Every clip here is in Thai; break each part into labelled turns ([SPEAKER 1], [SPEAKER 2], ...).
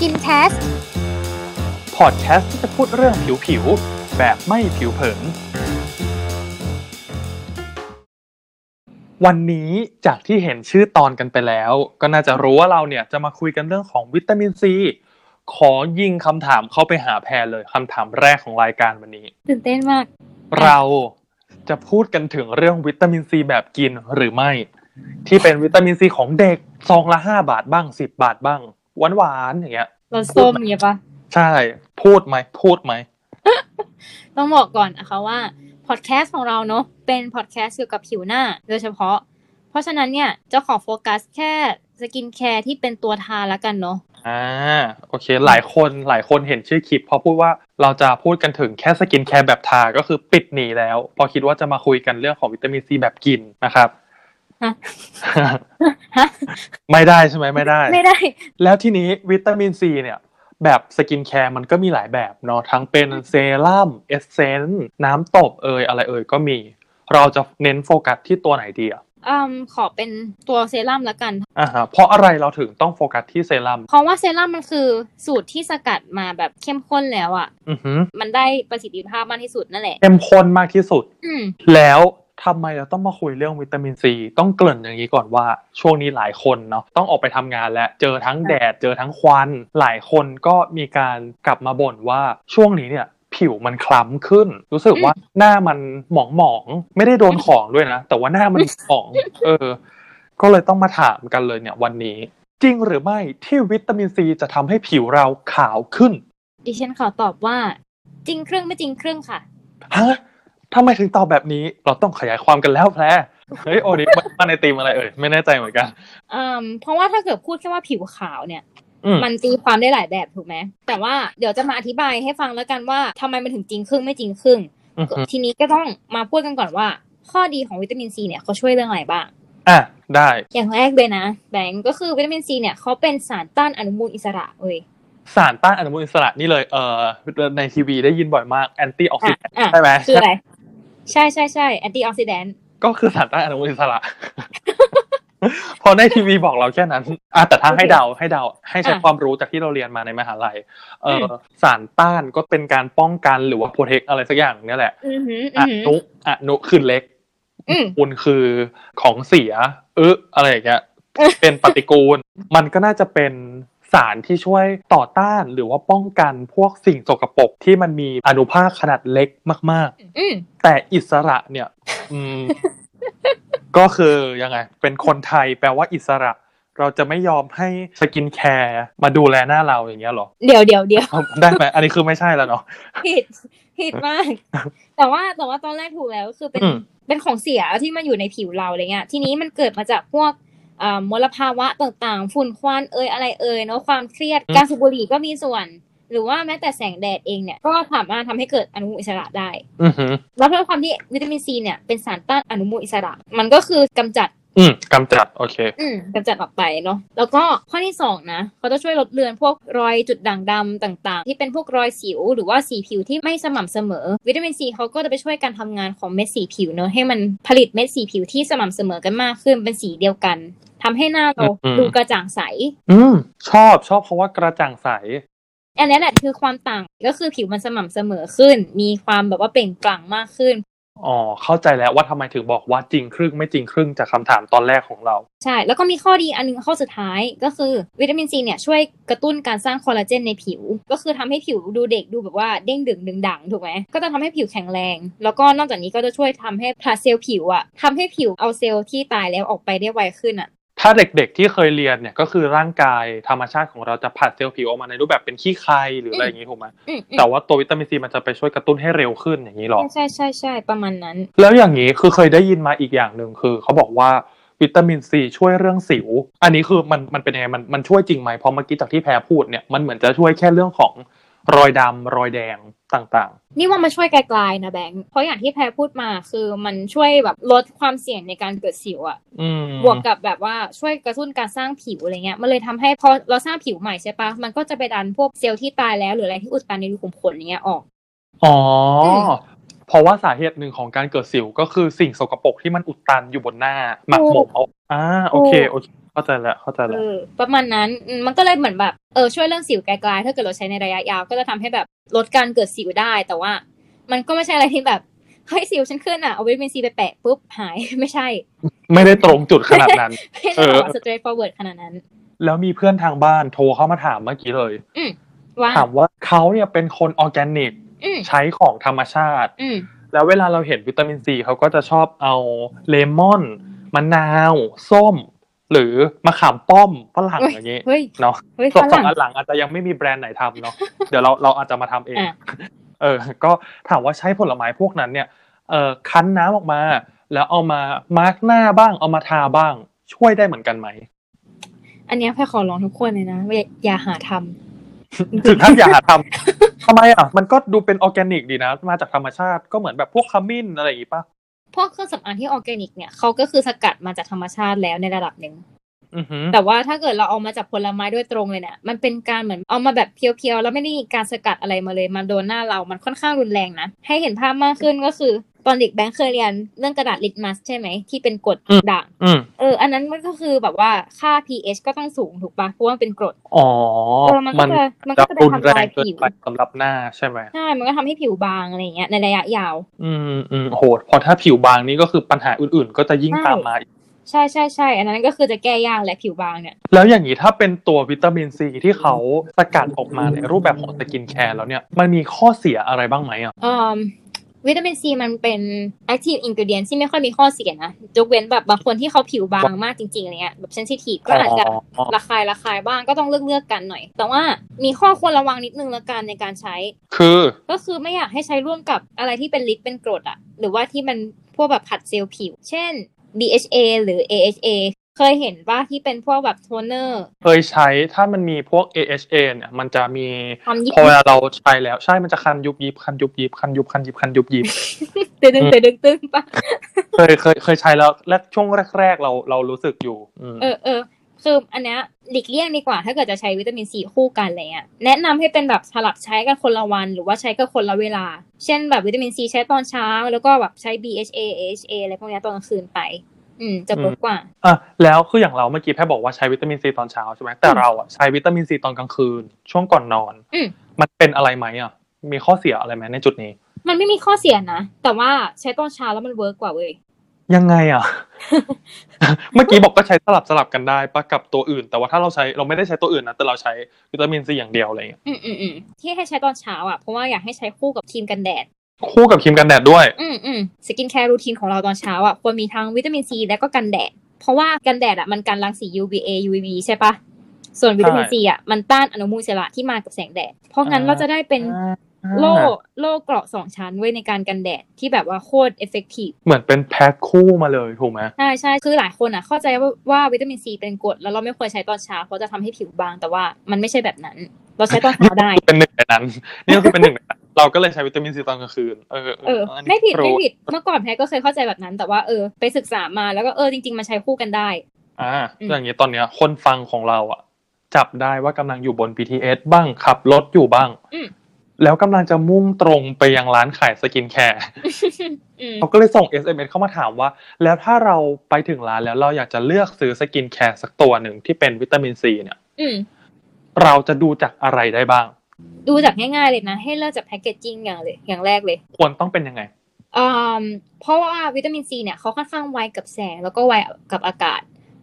[SPEAKER 1] กินแคส
[SPEAKER 2] พอดแคสต์ที่จะพูดเรื่องผิวผิวๆแบบไม่ผิวเผิน วันนี้จากที่เห็นชื่อตอนกันไปแล้ว ก็น่าจะรู้ว่าเราเนี่ยจะมาคุยกันเรื่องของวิตามินซี ขอยิงคำถามเข้าไปหาแพรเลยคำถามแรกของรายการวันนี้
[SPEAKER 1] ตื่นเต้นมาก
[SPEAKER 2] เราจะพูดกันถึงเรื่องวิตามินซีแบบกินหรือไม่ ที่เป็นวิตามินซีของเด็กซองละห้าบาทบ้างสิบบาทบ้างหวานหวานๆอย่างเงี้ย
[SPEAKER 1] รสส้มอย่างเงี้ยปะ
[SPEAKER 2] ใช่ พูดไหมพูดไหม
[SPEAKER 1] ต้องบอกก่อนนะคะว่าพอดแคสต์ของเราเนอะเป็นพอดแคสต์เกี่ยวกับผิวหน้า โดยเฉพาะ เพราะฉะนั้นเนี่ยจะขอโฟกัสแค่สกินแคร์ที่เป็นตัวทาแล้วกันเนอะ
[SPEAKER 2] อ่าโอเค หลายคนหลายคนเห็นชื่อคลิป พอพูดว่าเราจะพูดกันถึงแค่สกินแคร์แบบทาก็คือปิดหนีแล้ว พอคิดว่าจะมาคุยกันเรื่องของวิตามินซีแบบกินนะครับ
[SPEAKER 1] ฮะ ฮะ
[SPEAKER 2] ไม่ได้ใช่ไหมไม่ได้
[SPEAKER 1] ไม่ได้
[SPEAKER 2] แล้วทีนี้วิตามินซีเนี่ย แบบสกินแคร์มันก็มีหลายแบบเนาะทั้งเป็นเซรั่มเอสเซนต์น้ำตบเอยอะไรเอยก็มี เราจะเน้นโฟกัสที่ตัวไหนดีอะ
[SPEAKER 1] อืมขอเป็นตัวเซรั่มแล้วกัน
[SPEAKER 2] อ่าฮะเพราะอะไรเราถึงต้องโฟกัสที่เซรั่ม
[SPEAKER 1] เพราะว่าเซรั่มมันคือสูตรที่สกัดมาแบบเข้มข้นแล้วอะ่ะ
[SPEAKER 2] อือหือ
[SPEAKER 1] มันได้ประสิทธิภาพมากที่สุดนั่นแหละ
[SPEAKER 2] เข้มข้นมากที่สุด
[SPEAKER 1] อืม
[SPEAKER 2] แล้วทำไมเราต้องมาคุยเรื่องวิตามินซีต้องเกริ่นอย่างนี้ก่อนว่า ช่วงนี้หลายคนเนาะต้องออกไปทำงานและเจอทั้งแดดเจอทั้งควัน หลายคนก็มีการกลับมาบ่นว่าช่วงนี้เนี่ยผิวมันคล้ำขึ้น รู้สึกว่าหน้ามันหมองหมองๆไม่ได้โดนของด้วยนะ แต่ว่าหน้ามันหม อง เออ ก็เลยต้องมาถามกันเลยเนี่ยวันนี้ จริงหรือไม่ที่วิตามินซีจะทำให้ผิวเราขาวขึ้น
[SPEAKER 1] ดิฉันขอตอบว่าจริงครึ่งไม่จริงครึ่งค่ะ
[SPEAKER 2] ฮะทำไมถึงตอบแบบนี้เราต้องขยายความกันแล้วแพรเฮ้ยโอนี้มาในตีมอะไรเอ่ยไม่แน่ใจเหมือนกัน
[SPEAKER 1] อืมเพราะว่าถ้าเกิดพูดแค่ว่าผิวขาวเนี่ย
[SPEAKER 2] อืม
[SPEAKER 1] มันตีความได้หลายแบบถูกไหมแต่ว่าเดี๋ยวจะมาอธิบายให้ฟังแล้วกันว่าทำไมมันถึงจริงครึ่งไม่จริงครึ่ง
[SPEAKER 2] อืม
[SPEAKER 1] ทีนี้ก็ต้องมาพูดกันก่อนว่า ข้อดีของวิตามินซีเนี่ยเขาช่วยเรื่องอะไรบ้าง
[SPEAKER 2] อ่ะได้
[SPEAKER 1] อย่างแรกเลยนะ แบงก์ก็คือวิตามินซีเนี่ยเขาเป็นสารต้านอนุมูลอิสระเว้ย
[SPEAKER 2] สารต้านอนุมูลอิสระนี่เลยเอ่อในทีวีได้ยินบ่อยมากแอนตี้ออกซิ
[SPEAKER 1] อ่ะ
[SPEAKER 2] แดน
[SPEAKER 1] อ่ะ
[SPEAKER 2] ต์ใช่ไหม
[SPEAKER 1] คืออะไร ใช่ใช่ใช่แอนตี้ออกซิแดนต์
[SPEAKER 2] ก็คือสารต้านอนุมูลอิสระ พอในทีวีบอกเราแค่นั้นอ่ะแต่ถ้าให้เดาให้เดาให้ใช้ความรู้จากที่เราเรียนมาในมหาลัย เอ่ออสารต้านก็เป็นการป้องกันหรือว่าโปรเทคอะไรสักอย่างเนี่ยแหละ
[SPEAKER 1] อือหือ
[SPEAKER 2] อ
[SPEAKER 1] อือหือ
[SPEAKER 2] นุอนุคือเล็ก
[SPEAKER 1] อืม
[SPEAKER 2] คุณคือของเสียเอออะไรอย่างเงี้ย เป็นปฏิกูล มันก็น่าจะเป็นสารที่ช่วยต่อต้านหรือว่าป้องกันพวกสิ่งสกปรกที่มันมีอนุภาคขนาดเล็กมาก
[SPEAKER 1] อืม
[SPEAKER 2] ๆ แต่อิสระเนี่ย อืม ก็คือยังไง เป็นคนไทยแปลว่าอิสระ เราจะไม่ยอมให้สกินแคร์มาดูแลหน้าเราอย่างเงี้ยเหรอ
[SPEAKER 1] เดี๋ยวเดี๋ยวเดี๋ยว
[SPEAKER 2] เอาได้ไหมอันนี้คือไม่ใช่แล้วเนาะ
[SPEAKER 1] ผิดผิด มาก แต่ว่าแต่ว่าตอนแรกถูกแล้วก็คือเป็น
[SPEAKER 2] อืม
[SPEAKER 1] เป็นของเสียที่มาอยู่ในผิวเราอะไรเงี้ยทีนี้มันเกิดมาจากพวกเอ่อมลภาวะต่างๆ ฝุ่นควันเอ่ยอะไรเอ่ยเนาะความเครียดการสูบบุหรี่ก็มีส่วน หรือว่าแม้แต่แสงแดดเองเนี่ยก็สามารถทำให้เกิดอนุมูลอิสระได้
[SPEAKER 2] อือหือ
[SPEAKER 1] แล้วด้วยความที่วิตามินซีเนี่ยเป็นสารต้านอนุมูลอิสระ มันก็คือกำจัด
[SPEAKER 2] อืมกำจัด โอเค
[SPEAKER 1] อืมกำจัดออกไปเนาะแล้วก็ข้อที่สองนะเขาจะช่วยลดเลือนพวกรอยจุดด่างดำต่าง ๆ ที่เป็นพวกรอยสิว หรือว่าสีผิวที่ไม่สม่ำเสมอ วิตามินซีเขาก็จะไปช่วยการทำงานของเม็ดสีผิวเนาะให้มันผลิตเม็ดสีผิวที่สม่ำเสมอกันมากขึ้นเป็นสีเดียวกันทำให้หน้าเรา
[SPEAKER 2] อืม
[SPEAKER 1] ดูกระจ่างใส
[SPEAKER 2] อืมชอบชอบเพราะว่ากระจ่างใส
[SPEAKER 1] อันนี้แหละคือความต่างก็คือผิวมันสม่ำเสมอขึ้น มีความแบบว่าเปล่งปลั่งมากขึ้น
[SPEAKER 2] อ๋อเข้าใจแล้วว่าทำไมถึงบอกว่าจริงครึ่งไม่จริงครึ่งจากคำถามตอนแรกของเรา
[SPEAKER 1] ใช่ แล้วก็มีข้อดีอันนึงข้อสุดท้ายก็คือวิตามินซีเนี่ยช่วยกระตุ้นการสร้างคอลลาเจนในผิว ก็คือทำให้ผิวดูเด็กดูแบบว่าเด้งดึงดึงดังถูกไหมก็จะทำให้ผิวแข็งแรง แล้วก็นอกจากนี้ก็จะช่วยทำให้พลาเซลล์ผิวอะทำให้ผิวเอาเซลล์ที่ตายแล้วออกไปได้ไวขึ้นอะ
[SPEAKER 2] ถ้าเด็กๆที่เคยเรียนเนี่ยก็คือร่างกายธรรมชาติของเราจะผลัดเซลล์ผิวออกมาในรูปแบบเป็นขี้ใครหรืออะไรอย่างนี้ถูกไหม
[SPEAKER 1] อืมอืม
[SPEAKER 2] แต่ว่าตัววิตามินซีมันจะไปช่วยกระตุ้นให้เร็วขึ้นอย่างนี้หรอ
[SPEAKER 1] ใช่ใช่ใช่ใช่ประมาณนั้น
[SPEAKER 2] แล้วอย่างนี้คือเคยได้ยินมาอีกอย่างหนึ่งคือเขาบอกว่าวิตามินซีช่วยเรื่องสิว อันนี้คือมันมันเป็นยังไงมันมันช่วยจริงไหมเพราะเมื่อกี้จากที่แพรพูดเนี่ยมันเหมือนจะช่วยแค่เรื่องของรอยดำรอยแดงต่าง
[SPEAKER 1] นี่ว่ามันช่วยไกลๆนะแบงค์เพราะอย่างที่แพรพูดมาคือมันช่วยแบบลดความเสี่ยงในการเกิดสิวอะ
[SPEAKER 2] ๆ อืม
[SPEAKER 1] บวกกับแบบว่าช่วยกระตุ้นการสร้างผิวอะไรเงี้ย มันเลยทำให้พอเราสร้างผิวใหม่ใช่ปะ มันก็จะไปดันพวกเซลล์ที่ตายแล้ว หรืออะไรที่อุดตันในรูขุมขนอย่างเงี้ยออก
[SPEAKER 2] อ๋ออ
[SPEAKER 1] ม
[SPEAKER 2] เพราะว่าสาเหตุหนึ่งของการเกิดสิวก็คือสิ่งสกปรกที่มันอุดตันอยู่บนหน้าหมักหมมเอาอ่าโอเคโอเค เข้าใจแล้วเข้าใจ
[SPEAKER 1] เอ
[SPEAKER 2] แล้ว
[SPEAKER 1] อประมาณนั้นอืมมันก็เลยเหมือนแบบเออช่วยเรื่องสิวไกลๆถ้าเกิดเราใช้ในระยะยาวก็จะทำให้แบบลดการเกิดสิวได้ แต่ว่า มันก็ไม่ใช่อะไรที่แบบเฮ้ยสิวฉันขึ้นอ่ะเอาวิตามินซีไปแปะปุ๊บหาย ไม่ใช่
[SPEAKER 2] ไม่ได้ตรงจุดขนาดนั้น
[SPEAKER 1] ไม่
[SPEAKER 2] เอ
[SPEAKER 1] ได้
[SPEAKER 2] อ
[SPEAKER 1] แบบสเตรทฟอร์เวิร์ดขนาดนั้น
[SPEAKER 2] แล้วมีเพื่อนทางบ้านโทรเข้ามาถามเมื่อกี้เลย
[SPEAKER 1] ว่า
[SPEAKER 2] ถามว่าเขาเนี่ยเป็นคนออร์แกนิก
[SPEAKER 1] อืม
[SPEAKER 2] ใช้ของธรรมชาติ
[SPEAKER 1] อืม
[SPEAKER 2] แล้วเวลาเราเห็นวิตามินซีเขาก็จะชอบเอาเลมอนมะนาว ส้ม หรือมะขามป้อมฝรั่งอย่างเงี้ย
[SPEAKER 1] เฮ้ย
[SPEAKER 2] เนาะ
[SPEAKER 1] เฮ้ย
[SPEAKER 2] ส
[SPEAKER 1] ฝ
[SPEAKER 2] องสอ
[SPEAKER 1] รั่ง
[SPEAKER 2] งอันหลังอาจจะยังไม่มีแบรนด์ไหนทำเนาะ เดี๋ยวเราเราอาจจะมาทำเอง
[SPEAKER 1] อ่ะ
[SPEAKER 2] เออ ก็ถามว่าใช้ผลไม้พวกนั้นเนี่ย เออคั้นน้ำออกมา แล้วเอามามาร์กหน้าบ้าง เอามาทาบ้าง ช่วยได้เหมือนกันไหม
[SPEAKER 1] อันเนี้ยแพรขอร้องทุกคนเลยนะว่าอย่าอย่าหาทำ
[SPEAKER 2] ถึงท่านอย่าหาทำ ทำไมอ่ะ มันก็ดูเป็นออร์แกนิกดีนะ มาจากธรรมชาติ ก็เหมือนแบบพวกขมิ้นอะไรอย่างงี้ป่ะ
[SPEAKER 1] พวกเครื่องสำอางที่ออร์แกนิกเนี่ยเขาก็คือสกัดมาจากธรรมชาติแล้วในระดับหนึ่ง
[SPEAKER 2] อือหือ
[SPEAKER 1] แต่ว่าถ้าเกิดเราเอามาจากผลไม้ด้วยตรงเลยเนี่ยมันเป็นการเหมือนเอามาแบบเพียวๆ แล้วไม่ได้มีการสกัดอะไรมาเลยมาโดนหน้าเรามันค่อนข้างรุนแรงนะ ให้เห็นภาพมากขึ้นก็คือ ตอนเด็กแบงค์เคยเรียนเรื่องกระดาษลิตมัสใช่ไหมที่เป็นกรด
[SPEAKER 2] อืม
[SPEAKER 1] ด่าง
[SPEAKER 2] อืม
[SPEAKER 1] เอออันนั้นมันก็คือแบบว่าค่า pH ก็ต้องสูงถูกปะเพราะว่ามันเป็นกรด
[SPEAKER 2] อ๋อ
[SPEAKER 1] เออมันก็จะ
[SPEAKER 2] มั
[SPEAKER 1] มันก็จะไป
[SPEAKER 2] รุนแร
[SPEAKER 1] ทำลาย
[SPEAKER 2] งเกิน
[SPEAKER 1] ผิว
[SPEAKER 2] ไปสำหรับหน้าใช่ไหม
[SPEAKER 1] ใช่มันก็ทำให้ผิวบางอะไรอย่างเงี้ยในระยะยาว
[SPEAKER 2] อืมอืมโหดพอถ้าผิวบางนี่ก็คือปัญหาอื่น ๆ ก็จะยิ่ง
[SPEAKER 1] ใช่
[SPEAKER 2] ตามมาอีก
[SPEAKER 1] ใช่ใช่ใช่อันนั้นก็คือจะแก้ยากแหละผิวบางเนี่ย
[SPEAKER 2] แล้วอย่างนี้ถ้าเป็นตัววิตามินซีที่เขาสกัดออกมาในรูปแบบของสกินแคร์แล้วเนี่ย มันมีข้อเสียอะไรบ้างไหมอ่ะ
[SPEAKER 1] เอิ่มวิตามินซีมันเป็น active ingredient ที่ไม่ค่อยมีข้อเสียนะยกเว้นแบบบางคนที่เขาผิวบางมากจริงๆอะไรเงี้ยแบบเซนซิทีฟก็อาจจะ
[SPEAKER 2] อ๋อ
[SPEAKER 1] ระคายระคายบ้างก็ต้องเลือกเลือกๆกันหน่อย แต่ว่ามีข้อควรระวังนิดนึงละกันในการใช้
[SPEAKER 2] คือ
[SPEAKER 1] ก็คือไม่อยากให้ใช้ร่วมกับอะไรที่เป็นลิปเป็นกรดอะหรือว่าที่มันพวกแบบผัดเซลล์ผิว เช่น BHA หรือ AHA เคยเห็นว่าที่เป็นพวกแบบโทนเนอร์
[SPEAKER 2] เคยใช้ถ้ามันมีพวก AHA เนี่ย มันจะมี
[SPEAKER 1] ความยิบ
[SPEAKER 2] พอเวลาเราใช้แล้วใช่มันจะคันยุบยิบคันยุบยิบคันยุบคันยุบคันยุบยิ บ
[SPEAKER 1] ตึงตึงตึงตึงปะ
[SPEAKER 2] เคยเคยเคยใช้แล้วแรกช่วงแรก ๆ เราเรารู้สึกอยู่อืม
[SPEAKER 1] เออเออคืออันเนี้ยหลีกเลี่ยงดีกว่าถ้าเกิดจะใช้วิตามินซีคู่กันอะไรเงี้ยแนะนำให้เป็นแบบสลับใช้กันคนละวัน หรือว่าใช้กันคนละเวลา เช่นแบบวิตามินซีใช้ตอนเช้า แล้วก็แบบใช้ BHA AHA อะไรพวกเนี้ยตอนกลางคืนไป อืมจะเวิร์กกว่า
[SPEAKER 2] อ่ะแล้วคืออย่างเราเมื่อกี้แพทย์บอกว่าใช้วิตามินซีตอนเช้าใช่ไหมแต่เราอ่ะใช้วิตามินซีตอนกลางคืน ช่วงก่อนนอน
[SPEAKER 1] อืม
[SPEAKER 2] มันเป็นอะไรไหมอ่ะ มีข้อเสียอะไรไหมในจุดนี้
[SPEAKER 1] มันไม่มีข้อเสียนะ แต่ว่าใช้ตอนเช้าแล้วมันเวิร์กกว่าเว้ย
[SPEAKER 2] ยังไงอ่ะ เมื่อกี้บอกก็ใช้สลับสลับกันได้ปะกับตัวอื่น แต่ว่าถ้าเราใช้เราไม่ได้ใช้ตัวอื่นนะแต่เราใช้วิตามินซีอย่างเดียวอะไรอย่างเงี้ย
[SPEAKER 1] อืมอืมอืมที่ให้ใช้ตอนเช้าอ่ะเพราะว่าอยากให้ใช้คู่กับครีมกันแดด
[SPEAKER 2] คู่กับครีมกันแดดด้วย
[SPEAKER 1] อืมอืมสกินแคร์รูทีนของเราตอนเช้าอ่ะควรมีทั้งวิตามินซีและก็กันแดด เพราะว่ากันแดดอ่ะมันกันรังสี UVA UVB ใช่ปะส่วนวิตามิน
[SPEAKER 2] ใช่
[SPEAKER 1] ซีอ่ะมันต้านอนุมูลอิสระที่มากับแสงแดด เพราะงั้น
[SPEAKER 2] อ่า
[SPEAKER 1] เราจะได้เป็นโล่โล่เกราะสองชั้นไว้ในการกันแดดที่แบบว่าโคตรเอฟเฟกตีฟ
[SPEAKER 2] เหมือนเป็นแพ็คคู่มาเลยถูกไหม
[SPEAKER 1] ใช่ใช่คือหลายคนอ่ะเข้าใจว่าว่าวิตามินซีเป็นกรดแล้วเราไม่ควรใช้ตอนเช้าเพราะจะทำให้ผิวบางแต่ว่ามันไม่ใช่แบบนั้น เราใช้ตอนเช้าได้
[SPEAKER 2] คือเป็นหนึ่งในนั้น นี่ก็คือเป็นหนึ่งในนั้นเราก็เลยใช้วิตามินซีตอนกลางคืนเอ อ
[SPEAKER 1] เออ
[SPEAKER 2] อันนี้
[SPEAKER 1] ไม่ผิด
[SPEAKER 2] รู้
[SPEAKER 1] ไม่ผิดเมื่อก่อนแพ้ก็เคยเข้าใจแบบนั้น แต่ว่าเออไปศึกษามาแล้วก็เออจริงๆมันใช้คู่กันได้
[SPEAKER 2] อ่า
[SPEAKER 1] อืม
[SPEAKER 2] อย่างนี้ตอนเนี้ยคนฟังของเราอ่ะ จับได้ว่ากำลังอยู่บน BTS บ้างขับรถอยู่บ้าง
[SPEAKER 1] อืม
[SPEAKER 2] แล้วกำลังจะมุ่งตรงไปยังร้านขายสกินแคร์
[SPEAKER 1] อืม
[SPEAKER 2] เขาก็เลยส่ง SMS เข้ามาถามว่า แล้วถ้าเราไปถึงร้านแล้วเราอยากจะเลือกซื้อสกินแคร์สักตัวหนึ่งที่เป็นวิตามินซีเนี่ย
[SPEAKER 1] อืม
[SPEAKER 2] เราจะดูจากอะไรได้บ้าง
[SPEAKER 1] ดูจากง่ายๆเลยนะ ให้เริ่มจากแพคเกจจิ้งอย่างเลยอย่างแรกเลย
[SPEAKER 2] ควรต้องเป็นยังไง
[SPEAKER 1] อืมเพราะว่าวิตามินซีเนี่ยเขาค่อนข้างไวกับแสงแล้วก็ไวกับอากาศ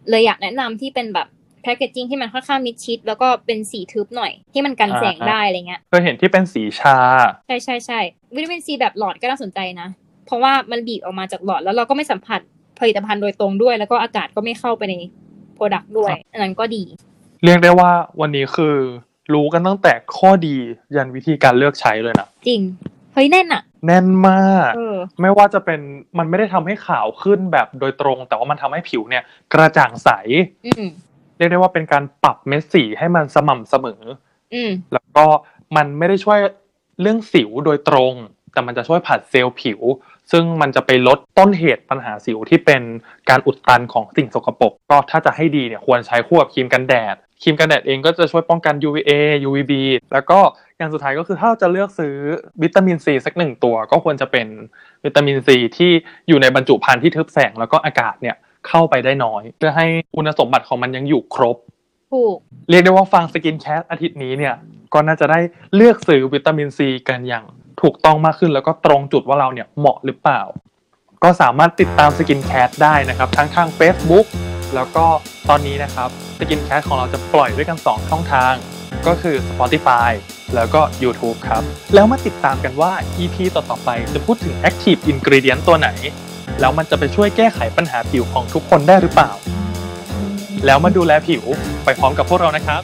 [SPEAKER 1] เลยอยากแนะนำที่เป็นแบบแพคเกจจิ้งที่มันค่อนข้างมิดชิด แล้วก็เป็นสีทึบหน่อย ที่มันกันแสงได้อะไรเงี้ย
[SPEAKER 2] เคยเห็นที่เป็นสีชา
[SPEAKER 1] ใช่ใช่ใช่วิตามินซีแบบหลอดก็น่าสนใจนะ เพราะว่ามันบีบออกมาจากหลอดแล้วเราก็ไม่สัมผัสผลิตภัณฑ์โดยตรงด้วย แล้วก็อากาศก็ไม่เข้าไปในโปรดักต์ด้วย อันนั้นก็ดี
[SPEAKER 2] เรียกได้ว่าวันนี้คือรู้กันตั้งแต่ข้อดียันวิธีการเลือกใช้เลยนะ
[SPEAKER 1] จริงเฮ้ยแน่นอะ
[SPEAKER 2] แน่นมาก
[SPEAKER 1] เออ
[SPEAKER 2] ไม่ว่าจะเป็นมันไม่ได้ทำให้ขาวขึ้นแบบโดยตรง แต่ว่ามันทำให้ผิวเนี่ย กระจ่างใส
[SPEAKER 1] อืม
[SPEAKER 2] เรียกได้ว่าเป็นการปรับเม็ดสีให้มันสม่ำเสมอ
[SPEAKER 1] อืม
[SPEAKER 2] แล้วก็มันไม่ได้ช่วยเรื่องสิวโดยตรง แต่มันจะช่วยผัดเซลล์ผิว ซึ่งมันจะไปลดต้นเหตุปัญหาสิวที่เป็นการอุดตันของสิ่งสกปรกก็ถ้าจะให้ดีเนี่ยควรใช้คู่กับครีมกันแดดครีมกันแดดเองก็จะช่วยป้องกัน UVA UVB แล้วก็อย่างสุดท้ายก็คือถ้าเราจะเลือกซื้อวิตามินซีสักหนึ่งตัว ก็ควรจะเป็นวิตามินซีที่อยู่ในบรรจุภัณฑ์ที่ทึบแสงแล้วก็อากาศเนี่ย เข้าไปได้น้อย เพื่อให้คุณสมบัติของมันยังอยู่ครบ
[SPEAKER 1] ถูก
[SPEAKER 2] เรียกได้ว่าฟังสกินแคสอาทิตย์นี้เนี่ยก็น่าจะได้เลือกซื้อวิตามินซีกันอย่างถูกต้องมากขึ้น แล้วก็ตรงจุดว่าเราเนี่ยเหมาะหรือเปล่า ก็สามารถติดตามสกินแคสได้นะครับ ทั้งทาง Facebook แล้วก็ตอนนี้นะครับสกินแคสของเราจะปล่อยด้วยกัน 2 ช่องทาง ก็คือ Spotify แล้วก็ YouTube ครับ แล้วมาติดตามกันว่า EP ต่อๆไปจะพูดถึง Active Ingredient ตัวไหน แล้วมันจะไปช่วยแก้ไขปัญหาผิวของทุกคนได้หรือเปล่า แล้วมาดูแลผิวไปพร้อมกับพวกเรานะครับ